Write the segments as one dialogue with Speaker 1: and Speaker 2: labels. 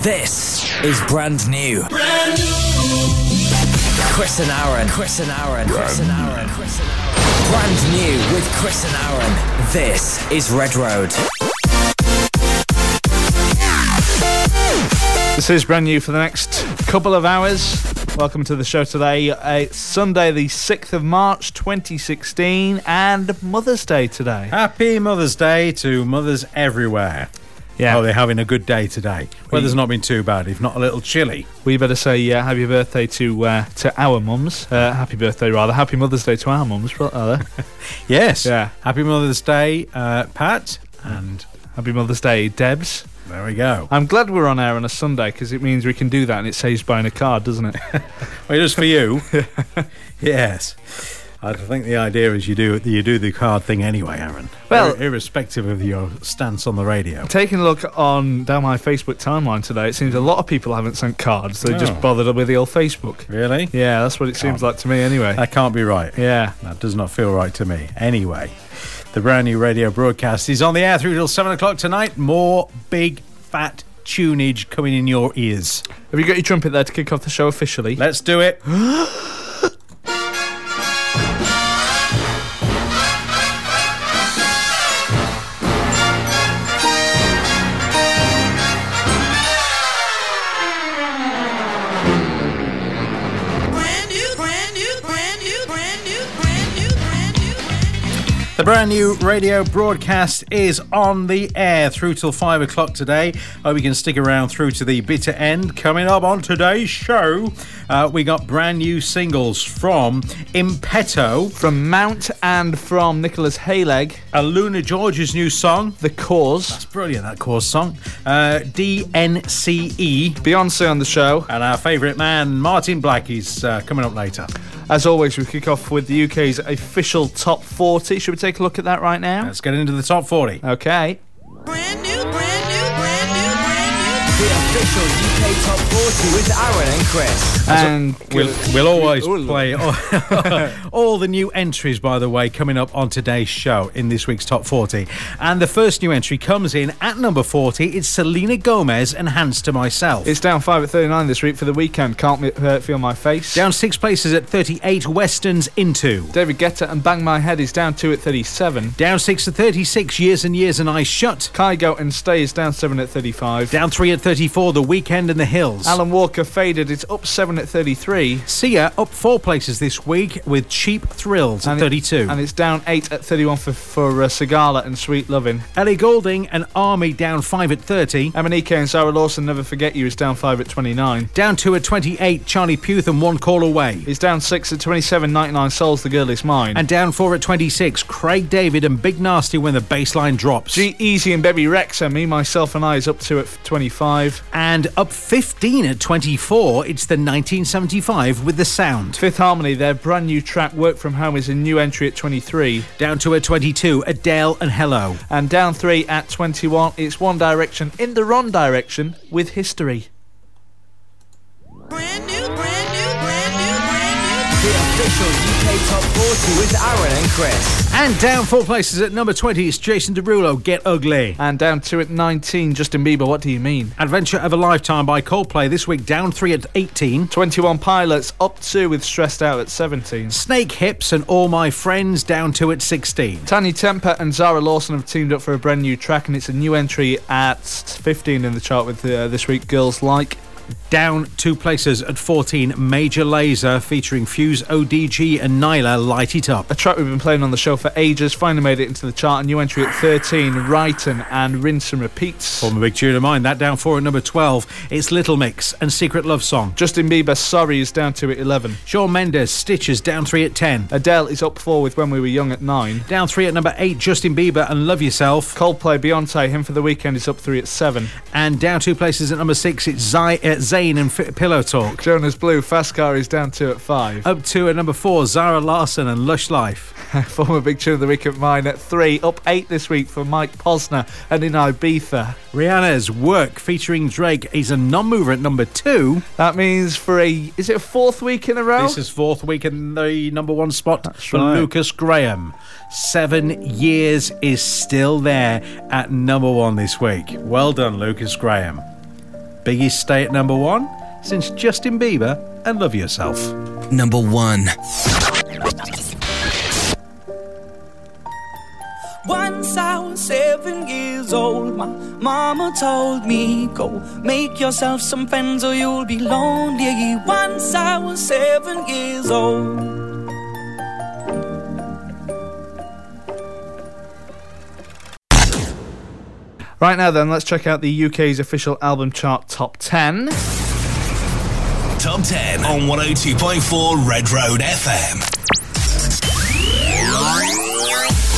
Speaker 1: This is brand new. Brand new. Chris and Aaron. Chris and Aaron. Chris and Aaron. Chris and Aaron. Brand new with Chris and Aaron. This is Red Road.
Speaker 2: This is brand new for the next couple of hours. Welcome to the show today. Uh, it's Sunday, the 6th of March 2016, and Mother's Day today.
Speaker 3: Happy Mother's Day to mothers everywhere.
Speaker 2: Yeah.
Speaker 3: Oh, they're having a good day today. Weather's not been too bad, if not a little chilly.
Speaker 2: We better say uh, happy birthday to uh, to our mums. Uh, happy birthday, rather. Happy Mother's Day to our mums, rather.
Speaker 3: Yes.
Speaker 2: Yeah.
Speaker 3: Happy Mother's Day, uh, Pat. And
Speaker 2: happy Mother's Day, Debs.
Speaker 3: there we go.
Speaker 2: I'm glad we're on air on a Sunday because it means we can do that and it saves buying a card, doesn't it?
Speaker 3: Well, just for you. yes. I think the idea is you do you do the card thing anyway, Aaron.
Speaker 2: Well-
Speaker 3: Ir- irrespective of your stance on the radio.
Speaker 2: Taking a look on down my Facebook timeline today, it seems a lot of people haven't sent cards. They
Speaker 3: Oh.
Speaker 2: just bothered with the old Facebook.
Speaker 3: Really?
Speaker 2: Yeah, that's what it seems like to me anyway.
Speaker 3: That can't be right.
Speaker 2: yeah.
Speaker 3: That does not feel right to me. Anyway, the brand new radio broadcast is on the air through till seven o'clock tonight. More big fat tunage coming in your ears.
Speaker 2: Have you got your trumpet there to kick off the show officially?
Speaker 3: Let's do it.
Speaker 4: brand new, brand new, brand new, brand new, brand new, brand new, brand new.
Speaker 3: The brand new radio broadcast is on the air through till five o'clock today. Hope you can stick around through to the bitter end. Coming up on today's show, uh, we got brand new singles from Impeto,
Speaker 2: From Mount and from Nicholas Hayleg,
Speaker 3: a Luna George's new song.
Speaker 2: The Cause,
Speaker 3: Brilliant, that course song. Uh, DNCE,
Speaker 2: Beyonce on the show.
Speaker 3: And our favourite man, Martin Black, is uh, coming up later.
Speaker 2: As always, we kick off with the UK's official top 40. Should we take a look at that right now?
Speaker 3: Let's get into the top 40.
Speaker 2: Okay.
Speaker 4: Brand new, brand new, brand new, brand new.
Speaker 1: The official UK Top 40 with Aaron and Chris.
Speaker 2: And
Speaker 3: We'll, we'll always play all, all the new entries, by the way, coming up on today's show in this week's top 40. And the first new entry comes in at number 40. It's Selena Gomez and Hands to Myself.
Speaker 2: it's down 5 at 39 this week for the weekend. Can't mi- uh, feel my face.
Speaker 3: down six places at 38, Westerns Into.
Speaker 2: David Guetta and Bang My Head is down 2 at 37.
Speaker 3: Down six to 36, Years and Years and Eyes Shut.
Speaker 2: Kygo and Stay is down 7 at 35.
Speaker 3: Down three at 34, The Weekend and the Hills.
Speaker 2: Alan Walker Faded is up 7 at 33.
Speaker 3: Sia up four places this week with Cheap Thrills at
Speaker 2: And it-
Speaker 3: 32.
Speaker 2: and it's down 8 at 31 for, for uh, Sigala and Sweet Lovin'.
Speaker 3: Ellie Golding and Army down 5 at 30.
Speaker 2: Emanike and Sarah Lawson Never Forget You is down 5 at 29.
Speaker 3: Down 2 at 28, Charlie Puth and One Call Away.
Speaker 2: It's down 6 at 27, 99 Souls, The Girl Is Mine.
Speaker 3: And down 4 at 26, Craig David and Big Nasty when the baseline drops.
Speaker 2: G Easy and Baby Rexa, Me, Myself and I is up 2 at 25.
Speaker 3: And up 15 at 24, it's the 1975 with the sound.
Speaker 2: Fifth Harmony, their brand new track Work From Home is a new entry at 23.
Speaker 3: Down 2 at 22, Adele and Hello.
Speaker 2: And down 3 at 21, it's One Direction in the wrong direction with History.
Speaker 4: Brand new, brand new, brand new, brand new.
Speaker 1: The official UK Top 40 with Aaron and Chris.
Speaker 3: And down 4 places at number 20, it's Jason Derulo, Get Ugly.
Speaker 2: And down 2 at 19, Justin Bieber, What Do You Mean?
Speaker 3: Adventure of a Lifetime by Coldplay this week, down 3 at 18.
Speaker 2: 21 Pilots, up 2 with Stressed Out at 17.
Speaker 3: Snake Hips and All My Friends, down 2 at 16.
Speaker 2: Tanya Temper and Zara Lawson have teamed up for a brand new track, and it's a new entry at 15 in the chart with uh, this week. Girls like
Speaker 3: Down two places at 14, Major Laser featuring Fuse ODG and Nyla Light It Up.
Speaker 2: a track we've been playing on the show for ages. Finally made it into the chart. A new entry at 13, Wrighton and Rinse and Repeats.
Speaker 3: From a big tune of mine, that down four at number 12, it's Little Mix and Secret Love Song.
Speaker 2: Justin Bieber, Sorry is down to at 11.
Speaker 3: Shawn Mendes, Stitches, down three at 10.
Speaker 2: Adele is up four with When We Were Young at nine.
Speaker 3: Down three at number 8, Justin Bieber and Love Yourself.
Speaker 2: Coldplay, Beyonce, Him for the Weekend is up three at seven.
Speaker 3: And down two places at number 6, it's Zay, uh, Zayn and F- Pillow Talk.
Speaker 2: Jonas Blue, Fast Car is down two at five.
Speaker 3: Up two at number 4, Zara Larson and Lush Life.
Speaker 2: Former big tune of the week at mine at three. Up eight this week for Mike Posner and in Ibiza.
Speaker 3: Rihanna's Work featuring Drake is a non-mover at number 2.
Speaker 2: That means for a is it a fourth week in a row?
Speaker 3: This is fourth week in the number one spot for
Speaker 2: right.
Speaker 3: Lucas Graham. Seven years is still there at number one this week. Well done, Lucas Graham. Biggie's stay at number one since Justin Bieber and Love Yourself.
Speaker 1: Number one.
Speaker 5: Once I was seven years old, my mama told me, Go make yourself some friends or you'll be lonely. Once I was seven years old.
Speaker 2: Right now, then, let's check out the UK's official album chart top 10.
Speaker 6: Top 10 on 102.4 Red Road FM.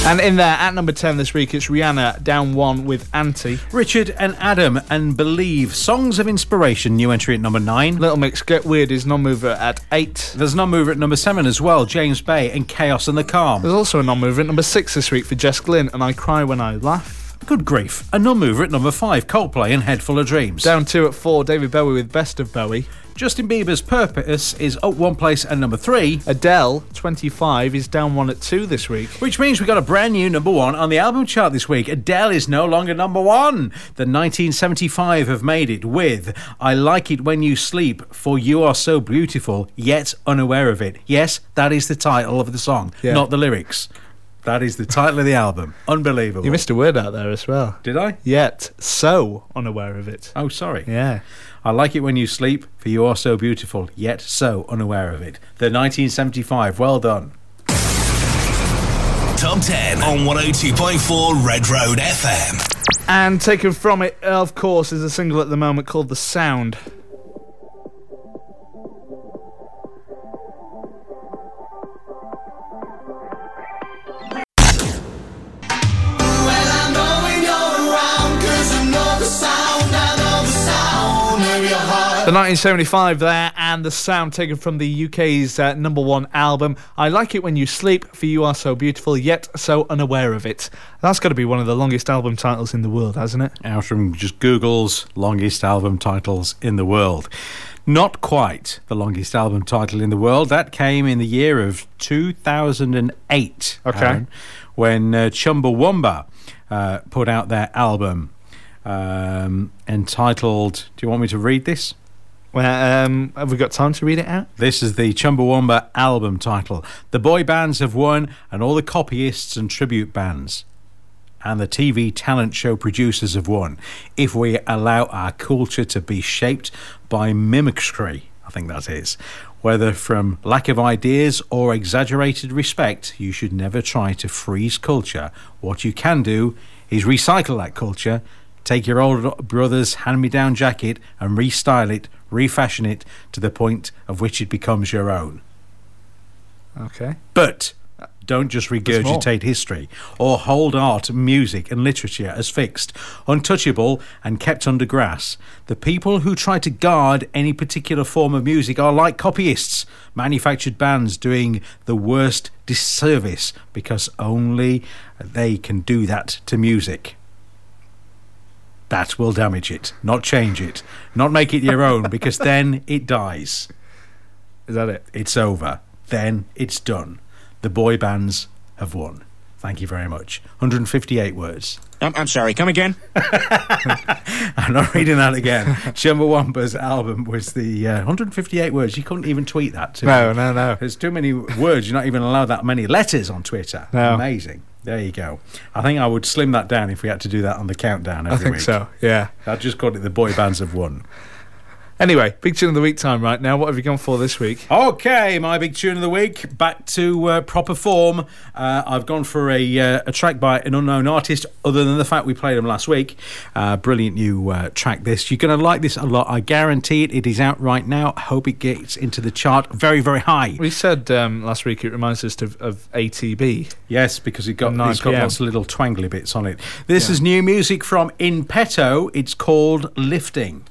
Speaker 2: And in there, at number 10 this week, it's Rihanna down one with Anti.
Speaker 3: Richard and Adam and Believe, Songs of Inspiration, new entry at number nine.
Speaker 2: Little Mix Get Weird is non mover at 8.
Speaker 3: There's non mover at number seven as well, James Bay and Chaos and the Calm.
Speaker 2: There's also a non mover at number 6 this week for Jess Glynn and I Cry When I Laugh.
Speaker 3: Good grief. A non mover at number five, Coldplay and Head Full of Dreams.
Speaker 2: Down 2 at 4, David Bowie with Best of Bowie.
Speaker 3: Justin Bieber's Purpose is up one place at number three,
Speaker 2: Adele, 25, is down 1 at 2 this week.
Speaker 3: which means we got a brand new number one on the album chart this week. Adele is no longer number one. The 1975 have made it with I Like It When You Sleep, for You Are So Beautiful, Yet Unaware of It. Yes, that is the title of the song,
Speaker 2: Yeah.
Speaker 3: not the lyrics. That is the title of the album. Unbelievable.
Speaker 2: You missed a word out there as well.
Speaker 3: Did I?
Speaker 2: Yet, so unaware of it.
Speaker 3: Oh, sorry.
Speaker 2: Yeah.
Speaker 3: I like it when you sleep, for you are so beautiful, yet so unaware of it. The 1975. Well done.
Speaker 6: Top 10 on 102.4 Red Road FM.
Speaker 2: And taken from it, of course, is a single at the moment called The Sound. The 1975 there, and the sound taken from the UK's uh, number one album. I like it when you sleep, for you are so beautiful, yet so unaware of it. That's got to be one of the longest album titles in the world, hasn't it?
Speaker 3: Outram just Google's longest album titles in the world. Not quite the longest album title in the world. That came in the year of 2008.
Speaker 2: Okay.
Speaker 3: Aaron, when uh, Chumbawamba uh, put out their album um, entitled. Do you want me to read this?
Speaker 2: Well, um, have we got time to read it out?
Speaker 3: This is the Chumbawamba album title. The boy bands have won, and all the copyists and tribute bands and the TV talent show producers have won. If we allow our culture to be shaped by mimicry, I think that is, whether from lack of ideas or exaggerated respect, you should never try to freeze culture. What you can do is recycle that culture. Take your old brother's hand me down jacket and restyle it, refashion it to the point of which it becomes your own.
Speaker 2: Okay.
Speaker 3: But don't just
Speaker 2: more.
Speaker 3: regurgitate history or hold art, music, and literature as fixed, untouchable, and kept under grass. The people who try to guard any particular form of music are like copyists, manufactured bands doing the worst disservice because only they can do that to music. That will damage it, not change it, not make it your own, because then it dies
Speaker 2: Is that it?
Speaker 3: it's over. Then it's done. The boy bands have won. Thank you very much. 158 words.
Speaker 7: I'm, I'm sorry, come again?
Speaker 3: I'm not reading that again. Chumbawamba's album was the uh, 158 words. You couldn't even tweet that. To
Speaker 2: No, no, no.
Speaker 3: There's too many words. You're not even allowed that many letters on Twitter.
Speaker 2: No.
Speaker 3: Amazing. There you go. I think I would slim that down if we had to do that on the countdown every
Speaker 2: I think
Speaker 3: week.
Speaker 2: so, yeah.
Speaker 3: I just called it the boy bands have won.
Speaker 2: Anyway, big tune of the week time right now. What have you gone for this week?
Speaker 3: Okay, my big tune of the week. Back to uh, proper form. Uh, I've gone for a, uh, a track by an unknown artist, other than the fact we played them last week. Uh, brilliant new uh, track, this. You're going to like this a lot. I guarantee it. It is out right now. I hope it gets into the chart very, very high.
Speaker 2: We said um, last week it reminds us of, of ATB.
Speaker 3: Yes, because it got,
Speaker 2: At 9
Speaker 3: it's got
Speaker 2: PM.
Speaker 3: lots of little twangly bits on it. This is new music from In Petto. It's called Lifting.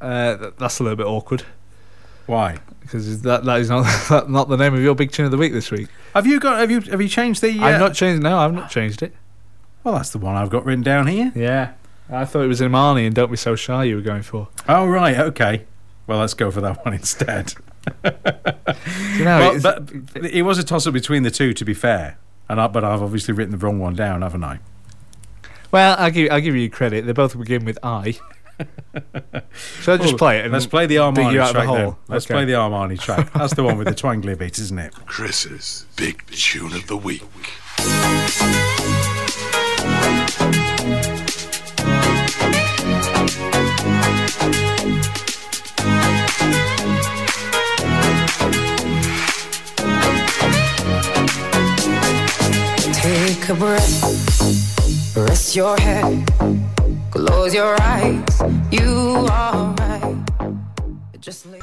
Speaker 2: Uh, th- that's a little bit awkward
Speaker 3: Why?
Speaker 2: because that, that is not that, not the name of your big tune of the week this week.
Speaker 3: Have you got? Have you? Have you changed the? uh,
Speaker 2: I've not changed. No, I've not changed it.
Speaker 3: Well, that's the one I've got written down here.
Speaker 2: Yeah. I thought it was Imani and Don't Be So Shy you were going for.
Speaker 3: Oh right, okay. Well, let's go for that one instead.
Speaker 2: You know,
Speaker 3: Well,
Speaker 2: it's-
Speaker 3: but it was a toss-up between the two, to be fair. And I, but I've obviously written the wrong one down, haven't I?
Speaker 2: well, I'll give, I'll give you credit. They both begin with I. Should I just play it? And
Speaker 3: Let's play the
Speaker 2: dig you
Speaker 3: Armani
Speaker 2: out of the
Speaker 3: track. then.
Speaker 2: hole?
Speaker 3: Let's
Speaker 2: Okay.
Speaker 3: play the Armani track. That's the one with the twangly bit, isn't it?
Speaker 7: Chris's Big Tune of the Week.
Speaker 8: Take a breath, rest your head, close your eyes. You are right. Just lay-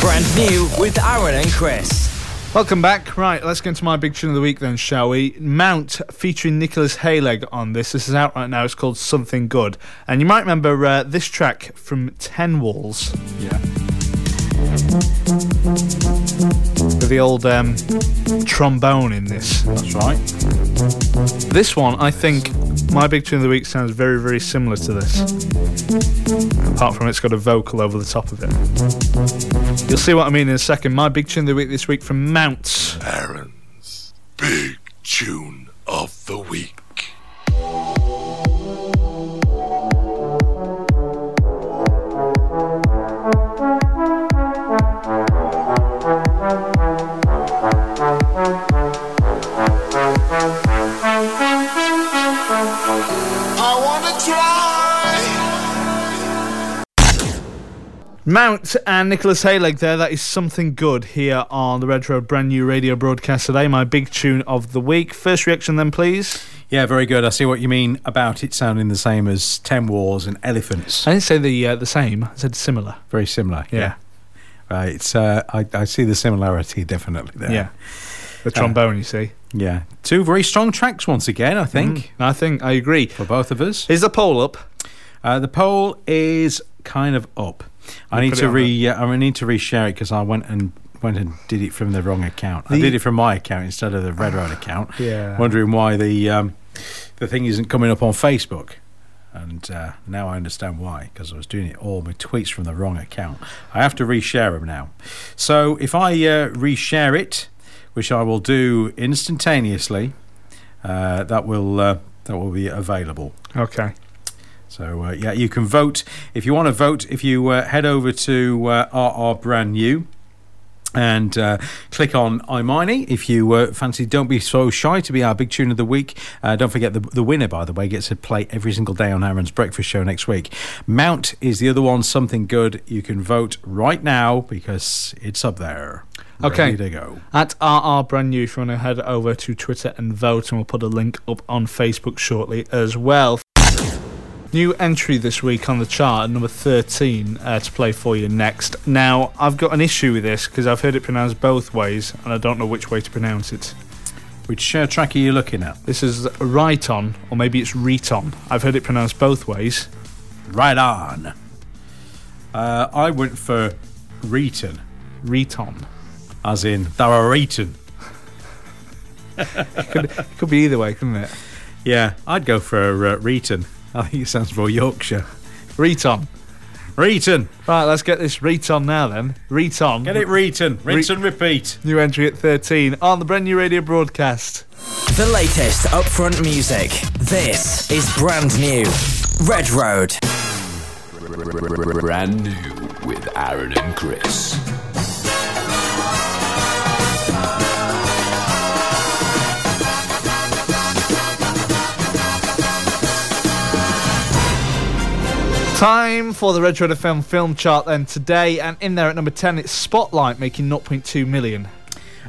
Speaker 1: Brand new with Aaron and Chris.
Speaker 2: Welcome back. Right, let's get into my big tune of the week then, shall we? Mount featuring Nicholas Hayleg on this. This is out right now. It's called Something Good. And you might remember uh, this track from Ten Walls.
Speaker 3: Yeah.
Speaker 2: with the old um, trombone in this.
Speaker 3: That's right.
Speaker 2: This one, I think, my big tune of the week sounds very, very similar to this. Apart from it's got a vocal over the top of it. You'll see what I mean in a second. My big tune of the week this week from Mounts.
Speaker 7: Aaron's Big Tune of the Week.
Speaker 4: I wanna try.
Speaker 2: Mount and Nicholas Hayleg there. That is something good here on the Red Road brand new radio broadcast today. My big tune of the week. First reaction then, please.
Speaker 3: Yeah, very good. I see what you mean about it sounding the same as Ten Wars and Elephants.
Speaker 2: I didn't say the uh, the same. I said similar.
Speaker 3: Very similar. Yeah. Right. It's, uh, I, I see the similarity definitely there.
Speaker 2: Yeah. The trombone, you see. Mm.
Speaker 3: Yeah. Two very strong tracks once again, I think,
Speaker 2: I think I agree.
Speaker 3: for both of us.
Speaker 2: Is the poll up?
Speaker 3: Uh, the poll is kind of up. I need
Speaker 2: put it
Speaker 3: to
Speaker 2: on
Speaker 3: re. Uh, I need to reshare it because I went and went and did it from the wrong account. I
Speaker 2: The-
Speaker 3: did it from my account instead of the Red Road account.
Speaker 2: Yeah.
Speaker 3: Wondering why the um, the thing isn't coming up on Facebook. And uh, now I understand why, because I was doing it all my tweets from the wrong account. I have to reshare them now. So if I uh, reshare it, which I will do instantaneously, uh, that will uh, that will be available.
Speaker 2: Okay.
Speaker 3: So uh, yeah, you can vote if you want to vote. If you uh, head over to uh, RR Brand New and uh, click on Imani if you uh, fancy. Don't be so shy to be our big tune of the week. Uh, don't forget the the winner, by the way, gets a play every single day on Aaron's breakfast show next week. Mount is the other one. Something good. You can vote right now because it's up there.
Speaker 2: Okay.
Speaker 3: ready to go.
Speaker 2: At RR Brand New, if you want to head over to Twitter and vote, and we'll put a link up on Facebook shortly as well. New entry this week on the chart at number 13 uh, to play for you next. Now, I've got an issue with this because I've heard it pronounced both ways and I don't know which way to pronounce it.
Speaker 3: Which uh, track are you looking at?
Speaker 2: This is right on, or maybe it's Reton. I've heard it pronounced both ways.
Speaker 3: Right on. Uh, I went for Reeton.
Speaker 2: Reton.
Speaker 3: As in, they were eaten.
Speaker 2: Could be either way, couldn't it? Oh,
Speaker 3: Yeah, I'd go for uh, Reeton. I think it sounds more Yorkshire.
Speaker 2: Reton.
Speaker 3: Reeton!
Speaker 2: Right, let's get this Reton now then. Reton.
Speaker 3: Get it, Reeton. Rinse and repeat.
Speaker 2: New entry at 13 on the brand new radio broadcast.
Speaker 1: The latest upfront music. This is brand new. Red Road.
Speaker 7: Brand new with Aaron and Chris.
Speaker 2: Time for the Red Road FM film chart then today, and in there at number 10, it's Spotlight making 0.2 million.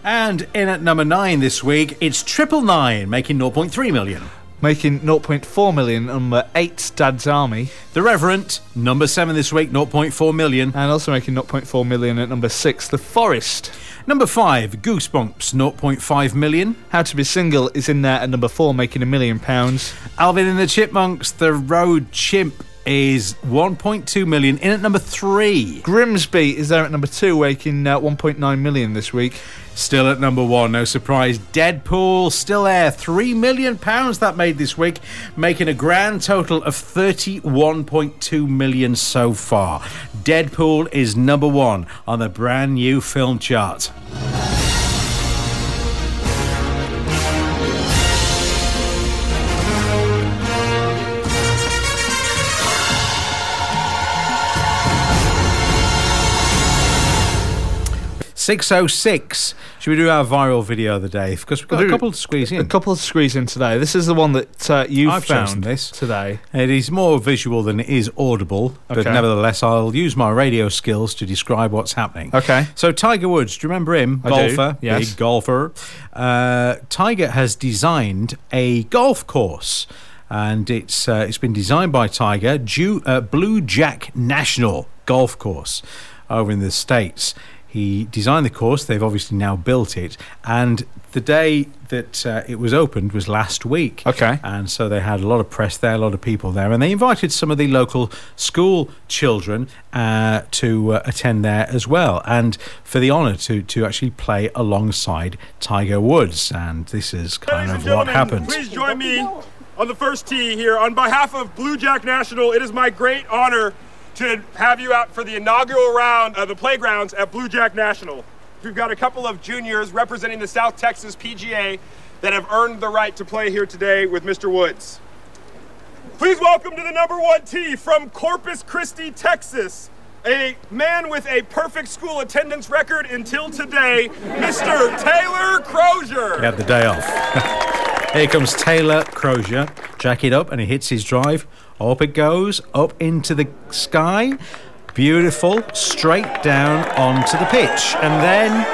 Speaker 3: And in at number nine this week, it's Triple Nine, making 0.3 million.
Speaker 2: Making 0.4 million, number 8, Dad's Army,
Speaker 3: The Reverend, number seven this week, 0.4 million.
Speaker 2: and also making 0.4 million at number 6, The Forest.
Speaker 3: Number five, Goosebumps, 0.5 million.
Speaker 2: How to Be Single is in there at number 4, making a million pounds.
Speaker 3: Alvin and the Chipmunks, The Road Chimp is 1.2 million. In at number three.
Speaker 2: Grimsby is there at number 2, making uh, 1.9 million this week.
Speaker 3: Still at number one, no surprise. Deadpool still there. Three million pounds that made this week, making a grand total of 31.2 million so far. Deadpool is number one on the brand new film chart. 606. Should we do our viral video of the day? Because we've got
Speaker 2: We'll
Speaker 3: a
Speaker 2: do
Speaker 3: couple to squeeze in.
Speaker 2: A couple of squeeze in today. This is the one that uh, you
Speaker 3: I've chosen
Speaker 2: found
Speaker 3: this.
Speaker 2: today.
Speaker 3: It is more visual than it is audible, but
Speaker 2: Okay.
Speaker 3: nevertheless, I'll use my radio skills to describe what's happening.
Speaker 2: Okay.
Speaker 3: So, Tiger Woods, do you remember him?
Speaker 2: I do,
Speaker 3: golfer,
Speaker 2: yes.
Speaker 3: big golfer. Uh, Tiger has designed a golf course. And it's uh, it's been designed by Tiger, Ju- uh, Blue Jack National Golf Course, over in the states. He designed the course. They've obviously now built it. And the day that uh, it was opened was last week.
Speaker 2: Okay.
Speaker 3: And so they had a lot of press there, a lot of people there, and they invited some of the local school children uh, to uh, attend there as well, and for the honour to to actually play alongside Tiger Woods. And this is kind of what happened.
Speaker 9: Please join me on the first tee here. On behalf of Blue Jack National, it is my great honor to have you out for the inaugural round of the playgrounds at Blue Jack National. We've got a couple of juniors representing the South Texas PGA that have earned the right to play here today with Mr. Woods. Please welcome to the number one tee from Corpus Christi, Texas, a man with a perfect school attendance record until today, Mr. Taylor Crozier.
Speaker 3: He had the day off. Here comes Taylor Crozier. Jack it up and he hits his drive. Up it goes, up into the sky. Beautiful, straight down onto the pitch. And then.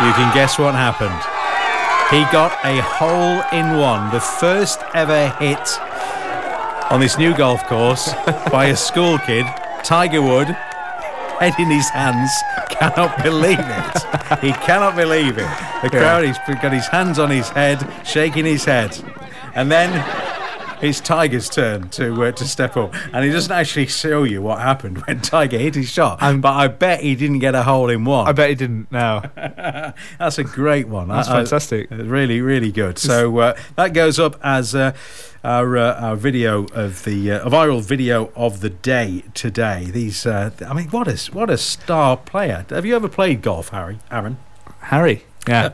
Speaker 3: You can guess what happened. He got a hole in one, the first ever hit on this new golf course by a school kid, Tiger Wood, head in his hands, cannot believe it. He cannot believe it. The crowd, he's got his hands on his head, shaking his head. And then it's Tiger's turn to uh, to step up. And he doesn't actually show you what happened when Tiger hit his shot. but I bet he didn't get a hole in one.
Speaker 2: I bet he didn't know.
Speaker 3: That's a great one.
Speaker 2: That's
Speaker 3: I- I-
Speaker 2: fantastic.
Speaker 3: really, really good. So uh, that goes up as uh, our uh, our video of the uh, viral video of the day today. These, uh, I mean, what a what a star player. Have you ever played golf, Harry? Aaron?
Speaker 2: Harry. Yeah.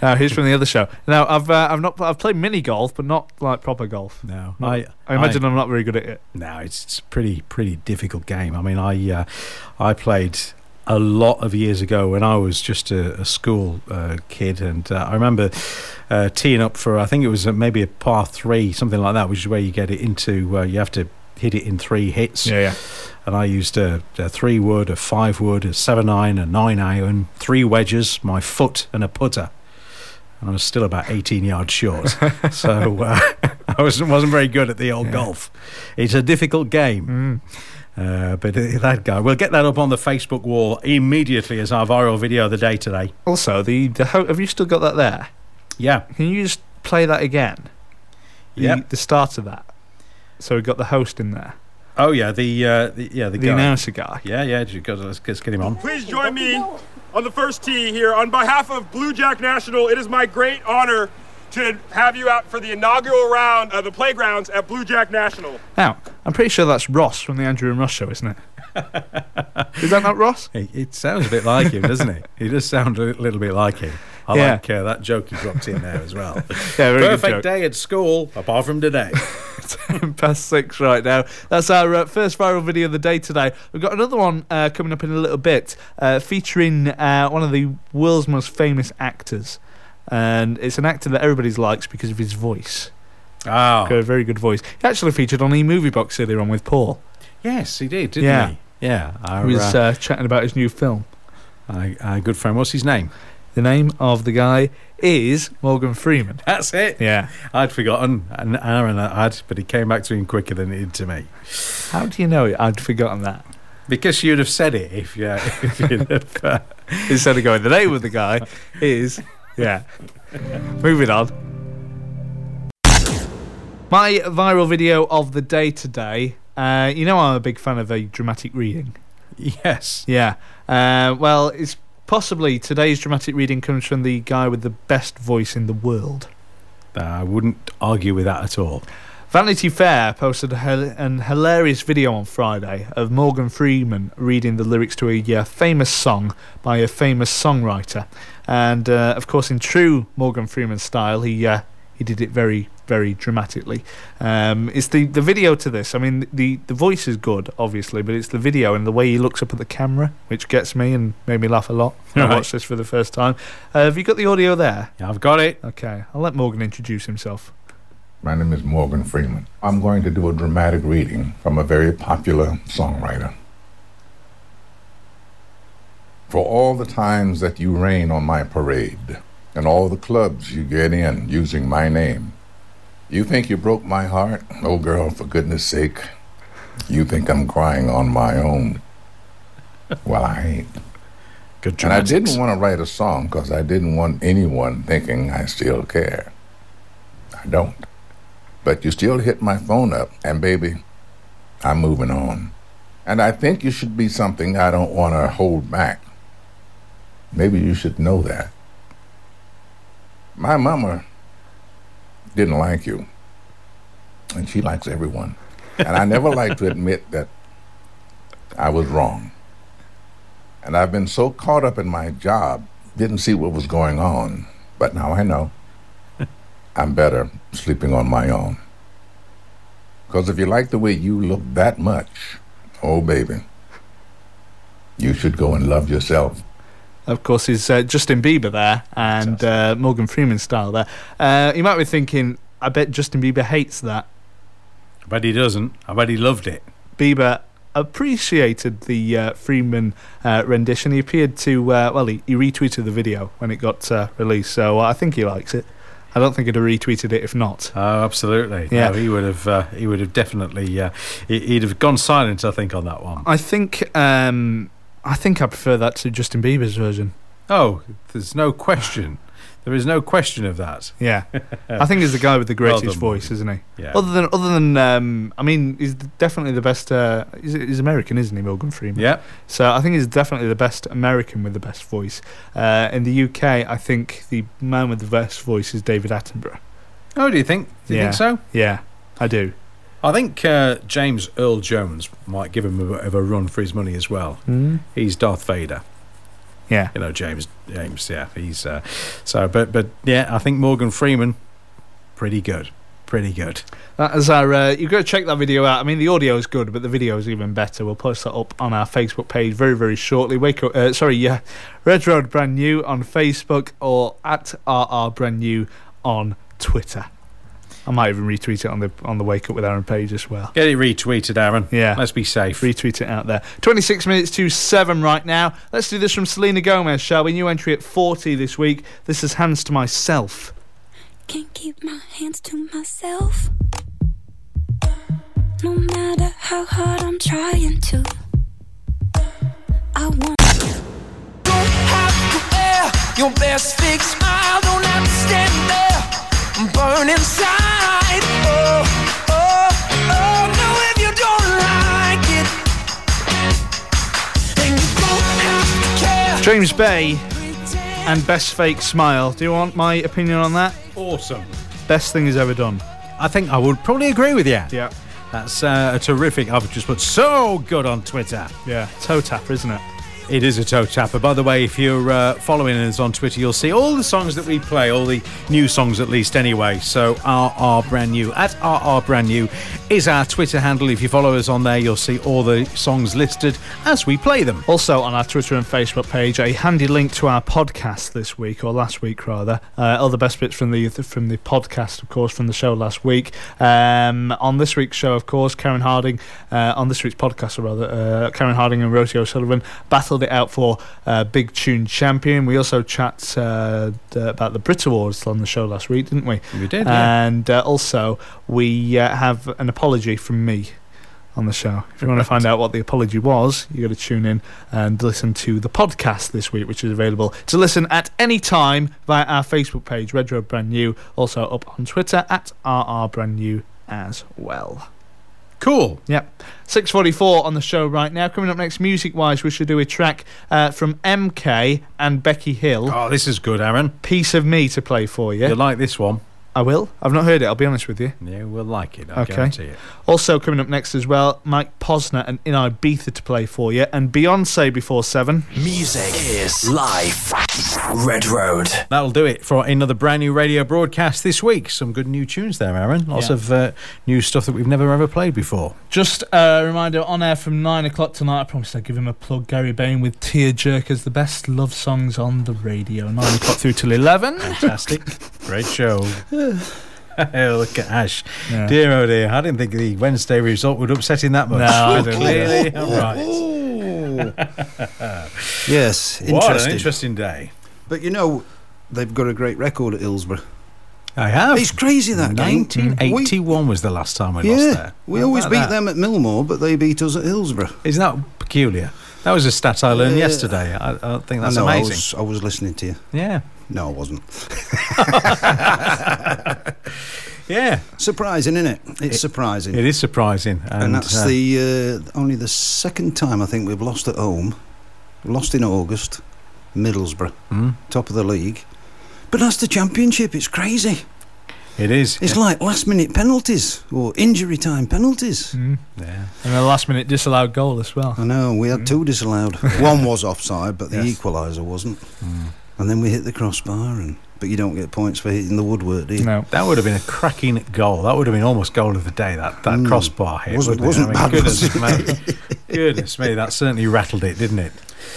Speaker 2: Now he's from the other show. Now I've uh, I've not I've played mini golf, but not like proper golf.
Speaker 3: No,
Speaker 2: Not- I, imagine I, am not very good at it.
Speaker 3: No, it's, it's a pretty pretty difficult game. I mean, I uh, I played a lot of years ago when I was just a, a school uh, kid, and uh, I remember uh, teeing up for I think it was uh, maybe a par three, something like that, which is where you get it into uh, you have to hit it in three hits.
Speaker 2: yeah.
Speaker 3: And I used a, a three wood, a five wood, a seven iron, a nine iron, three wedges, my foot, and a putter. And I was still about 18 yards short. so uh, I wasn't, wasn't very good at the old golf. It's a difficult game. Uh, but uh, that guy, we'll get that up on the Facebook wall immediately as our viral video of the day today.
Speaker 2: Also, the, the ho- have you still got that there?
Speaker 3: Yeah.
Speaker 2: Can you just play that again? The,
Speaker 3: Yep.
Speaker 2: The start of that. So we got the host in there,
Speaker 3: Oh, yeah. The, uh, the yeah, the,
Speaker 2: the,
Speaker 3: guy.
Speaker 2: announcer guy.
Speaker 3: Yeah, yeah. Let's, let's get him on.
Speaker 9: Please join me on the first tee here. On behalf of Blue Jack National, it is my great honor to have you out for the inaugural round of the playgrounds at Blue Jack National.
Speaker 2: Now, I'm pretty sure that's Ross from the Andrew and Ross show, isn't it? Is that not Ross?
Speaker 3: It, it sounds a bit like him, doesn't it? He does sound a little bit like him. I
Speaker 2: Yeah.
Speaker 3: like uh, that joke he dropped in there as well.
Speaker 2: Yeah, very good
Speaker 3: Perfect
Speaker 2: joke.
Speaker 3: day at school, apart from today.
Speaker 2: past six right now. That's our uh, first viral video of the day today. We've got another one uh, coming up in a little bit, uh, featuring uh, one of the world's most famous actors, and it's an actor that everybody likes because of his voice.
Speaker 3: Oh,
Speaker 2: Got a very good voice. He actually featured on E Movie Box earlier on with Paul,
Speaker 3: yes, he did, didn't
Speaker 2: Yeah.
Speaker 3: he? Yeah, our,
Speaker 2: who was
Speaker 3: uh,
Speaker 2: uh, chatting about his new film.
Speaker 3: our, our good friend. What's his name?
Speaker 2: The name of the guy is Morgan Freeman.
Speaker 3: That's it.
Speaker 2: Yeah.
Speaker 3: I'd forgotten, and Aaron had, but he came back to him quicker than it did to me.
Speaker 2: How do you know it? I'd forgotten that.
Speaker 3: Because you'd have said it if, yeah, if you'd have. Uh,
Speaker 2: Instead of going, the name of the guy is. Yeah. Moving on. My viral video of the day today. Uh, you know, I'm a big fan of a dramatic reading.
Speaker 3: yes.
Speaker 2: Yeah. Uh, well, it's possibly today's dramatic reading comes from the guy with the best voice in the world.
Speaker 3: I wouldn't argue with that at all.
Speaker 2: Vanity Fair posted a hil- an hilarious video on Friday of Morgan Freeman reading the lyrics to a uh, famous song by a famous songwriter. And uh, of course, in true Morgan Freeman style, he uh, he did it very, very dramatically. Um, it's the, the video to this. I mean, the, the voice is good, obviously, but it's the video and the way he looks up at the camera, which gets me and made me laugh a lot when I
Speaker 3: Right.
Speaker 2: watched this for the first time. Uh, have you got the audio there?
Speaker 3: Yeah, I've got it.
Speaker 2: Okay, I'll let Morgan introduce himself.
Speaker 10: My name is Morgan Freeman. I'm going to do a dramatic reading from a very popular songwriter. For all the times that you rain on my parade, and all the clubs you get in using my name, you think you broke my heart? Oh, girl, for goodness sake. You think I'm crying on my own. Well, I ain't.
Speaker 3: Good
Speaker 10: and I didn't want to write a song because I didn't want anyone thinking I still care. I don't. But you still hit my phone up, and baby, I'm moving on. And I think you should be something I don't want to hold back. Maybe you should know that. My mama didn't like you, and she likes everyone. And I never like to admit that I was wrong. And I've been so caught up in my job, didn't see what was going on. But now I know. I'm better sleeping on my own. Because if you like the way you look that much, oh, baby, you should go and love yourself.
Speaker 2: of course, is uh, Justin Bieber there and uh, Morgan Freeman style there. Uh, you might be thinking, I bet Justin Bieber hates that.
Speaker 3: I bet he doesn't. I bet he loved it.
Speaker 2: Bieber appreciated the uh, Freeman uh, rendition. He appeared to, uh, well, he, he retweeted the video when it got uh, released, so I think he likes it. I don't think he'd have retweeted it if not.
Speaker 3: Oh, absolutely.
Speaker 2: Yeah.
Speaker 3: No, he would have. Uh, he would have definitely. Uh, he- he'd have gone silent. I think on that one.
Speaker 2: I think, um, I think I prefer that to Justin Bieber's version.
Speaker 3: Oh, there's no question. there is no question of that.
Speaker 2: Yeah, I think he's the guy with the
Speaker 3: Well
Speaker 2: greatest
Speaker 3: done,
Speaker 2: voice, isn't he?
Speaker 3: Yeah.
Speaker 2: Other than, other than, um, I mean, he's definitely the best. Uh, he's, he's American, isn't he, Morgan Freeman?
Speaker 3: Yeah.
Speaker 2: So I think he's definitely the best American with the best voice. Uh, in the UK, I think the man with the best voice is David Attenborough.
Speaker 3: Oh, do you think? Do you
Speaker 2: Yeah.
Speaker 3: think so?
Speaker 2: Yeah, I do.
Speaker 3: I think uh, James Earl Jones might give him a bit of a run for his money as well.
Speaker 2: Mm.
Speaker 3: He's Darth Vader.
Speaker 2: Yeah.
Speaker 3: You know, James. James. Yeah. He's. Uh, so, but but yeah, I think Morgan Freeman, pretty good. Pretty good.
Speaker 2: That is our. Uh, you've got to check that video out. I mean, the audio is good, but the video is even better. We'll post that up on our Facebook page very, very shortly. Wake up. Uh, sorry, yeah, Red Road Brand New on Facebook or at RR Brand New on Twitter. I might even retweet it on the on the Wake Up with Aaron page as well.
Speaker 3: Get it retweeted, Aaron.
Speaker 2: Yeah.
Speaker 3: Let's be safe.
Speaker 2: Retweet it out there. 26 minutes to 7 right now. Let's do this from Selena Gomez, shall we? New entry at 40 this week. This is Hands to Myself.
Speaker 11: Can't keep my hands to myself. No matter how hard I'm trying to. I want.
Speaker 4: have to wear your best fake smile. Don't have to stand there and burn inside. Oh, oh, oh, no, if you don't like it, then you don't have to care.
Speaker 2: James Bay and Best Fake Smile. Do you want my opinion on that?
Speaker 3: Awesome.
Speaker 2: Best thing he's ever done.
Speaker 3: I think I would probably agree with you.
Speaker 2: Yeah.
Speaker 3: That's uh, a terrific. I've just put so good on Twitter.
Speaker 2: Yeah. Toe tapper, isn't it?
Speaker 3: It is a toe tapper. By the way, if you're uh, following us on Twitter, you'll see all the songs that we play, all the new songs at least anyway. So RR Brand New, at RR Brand New is our Twitter handle. If you follow us on there, you'll see all the songs listed as we play them.
Speaker 2: Also on our Twitter and Facebook page, a handy link to our podcast this week or last week rather. Uh, other best bits from the from the podcast, of course, from the show last week. Um, on this week's show, of course, Karen Harding uh, on this week's podcast, or rather, uh, Karen Harding and Rosie O'Sullivan battled it out for uh, Big Tune Champion. We also chat uh, d- about the Brit Awards on the show last week, didn't we?
Speaker 3: We did, yeah.
Speaker 2: And uh, also, we uh, have an apology from me on the show. If you want to find out what the apology was, you got to tune in and listen to the podcast this week, which is available to listen at any time via our Facebook page, Red Road Brand New, also up on Twitter at RR Brand New as well.
Speaker 3: Cool.
Speaker 2: Yep. 6.44 on the show right now. Coming up next, music-wise, we should do a track uh, from MK and Becky Hill,
Speaker 3: Oh, this is good, Aaron.
Speaker 2: Piece of Me, to play for you.
Speaker 3: You like this one?
Speaker 2: I will. I've not heard it. I'll be honest with you.
Speaker 3: Yeah, we'll like it. I guarantee it.
Speaker 2: Also coming up next as well, Mike Posner and In Ibiza to play for you, and Beyonce before seven.
Speaker 1: Music is life. Red Road.
Speaker 3: That'll do it for another brand new radio broadcast this week. Some good new tunes there, Aaron. Lots
Speaker 2: Yeah.
Speaker 3: of uh, new stuff that we've never ever played before.
Speaker 2: Just a reminder on air from nine o'clock tonight. I promised I'd give him a plug. Gary Bain with Tear Jerkers, the best love songs on the radio. Nine o'clock through till eleven.
Speaker 3: Fantastic. Great show. Look at Ash.
Speaker 2: Yeah.
Speaker 3: Dear oh dear, I didn't think the Wednesday result would upset him that much.
Speaker 2: No, I didn't.
Speaker 3: Clearly, I'm right.
Speaker 12: yes, interesting.
Speaker 3: What an interesting day.
Speaker 12: But you know, they've got a great record at Hillsborough.
Speaker 3: I have.
Speaker 12: It's crazy that game.
Speaker 3: 1981 was the last time we
Speaker 12: yeah,
Speaker 3: lost there.
Speaker 12: we
Speaker 3: How
Speaker 12: always
Speaker 3: about
Speaker 12: beat
Speaker 3: that?
Speaker 12: them at Millmore, but they beat us at Hillsborough.
Speaker 3: Isn't that peculiar? That was a stat I learned
Speaker 12: Yeah.
Speaker 3: yesterday. I, I think that's
Speaker 12: I know,
Speaker 3: amazing.
Speaker 12: I was, I was listening to you.
Speaker 3: Yeah.
Speaker 12: No, I wasn't.
Speaker 3: yeah.
Speaker 12: Surprising, isn't it? It's surprising.
Speaker 3: It is surprising, and,
Speaker 12: And, that's
Speaker 3: uh,
Speaker 12: the uh, only the second time I think we've lost at home. Lost in August, Middlesbrough,
Speaker 3: Mm.
Speaker 12: top of the league. But that's the championship. It's crazy.
Speaker 3: It is.
Speaker 12: It's like last minute penalties or injury time penalties.
Speaker 3: Yeah.
Speaker 2: And a last minute disallowed goal as well.
Speaker 12: I know. We had two disallowed. One was offside, but the
Speaker 2: Yes.
Speaker 12: equaliser wasn't. And then we hit the crossbar, and but you don't get points for hitting the woodwork, do you?
Speaker 2: No.
Speaker 3: That would have been a cracking goal. That would have been almost goal of the day. That that crossbar hit
Speaker 12: Mm. Wasn't-
Speaker 3: wouldn't it?
Speaker 12: wasn't bad,
Speaker 3: goodness
Speaker 12: was
Speaker 3: me, goodness me, that certainly rattled it, didn't it?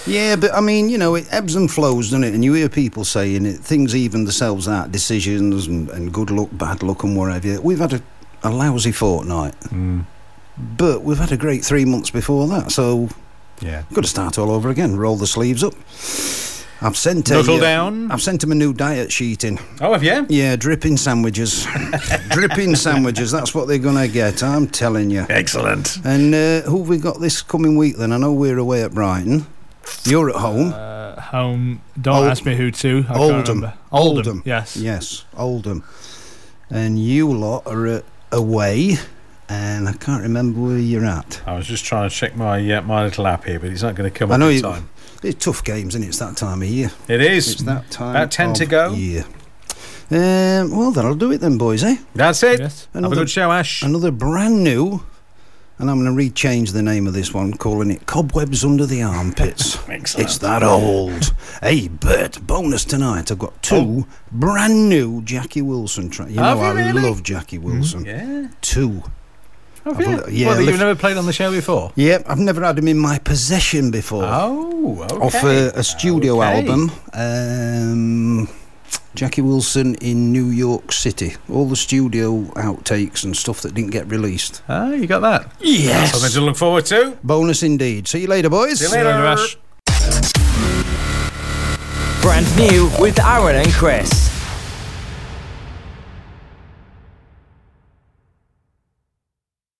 Speaker 12: Yeah, but I mean, you know, it ebbs and flows, doesn't it? And you hear people saying it, things even themselves out, decisions and, and good luck, bad luck, and whatever. We've had a, a lousy fortnight,
Speaker 3: Mm.
Speaker 12: but we've had a great three months before that. So,
Speaker 3: Yeah.
Speaker 12: got to start all over again. Roll the sleeves up. I've sent a,
Speaker 3: Knuckle
Speaker 12: uh,
Speaker 3: down.
Speaker 12: I've sent him a new diet sheet in.
Speaker 3: Oh, have you?
Speaker 12: Yeah, dripping sandwiches. dripping sandwiches. That's what they're gonna get. I'm telling you.
Speaker 3: Excellent.
Speaker 12: And uh, who have we got this coming week? Then I know we're away at Brighton. You're at home.
Speaker 2: Uh, home. Don't
Speaker 12: Old-
Speaker 2: ask me who to. I Can't
Speaker 12: Oldham.
Speaker 2: remember. Oldham. Yes.
Speaker 12: Yes, Oldham. And you lot are uh, away, and I can't remember where you're at.
Speaker 3: I was just trying to check my uh, my little app here, but it's not going to come
Speaker 12: I
Speaker 3: up
Speaker 12: know
Speaker 3: in
Speaker 12: you-
Speaker 3: time.
Speaker 12: It's tough games, and it's that time of year.
Speaker 3: It is.
Speaker 12: It's that time.
Speaker 3: About 10 to
Speaker 12: of
Speaker 3: go.
Speaker 12: Year. Um, well, that'll do it then, boys, eh?
Speaker 3: That's it. Have a
Speaker 12: Another-
Speaker 3: good show, Ash.
Speaker 12: Another brand new, and I'm going to rechange the name of this one, calling it Cobwebs Under the Armpits. it's that old. Hey, Bert, bonus tonight. I've got two brand new Jackie Wilson tracks. You
Speaker 3: Oh. Have
Speaker 12: know,
Speaker 3: you
Speaker 12: I
Speaker 3: really? Hmm,
Speaker 12: love Jackie Wilson.
Speaker 3: Yeah. Oh,
Speaker 12: Two.
Speaker 3: Have
Speaker 12: I've
Speaker 3: you?
Speaker 12: li- yeah,
Speaker 3: Well,
Speaker 12: lift-
Speaker 3: you've never played on the show before.
Speaker 12: Yep, I've never had them in my possession before.
Speaker 3: Oh, okay.
Speaker 12: Off a, a studio
Speaker 3: Okay.
Speaker 12: album, um, Jackie Wilson in New York City. All the studio outtakes and stuff that didn't get released.
Speaker 3: Ah, you got that.
Speaker 12: Yes.
Speaker 3: Something to look forward to.
Speaker 12: Bonus indeed. See you later, boys.
Speaker 3: See you later, Ash.
Speaker 1: Brand new with Aaron and Chris.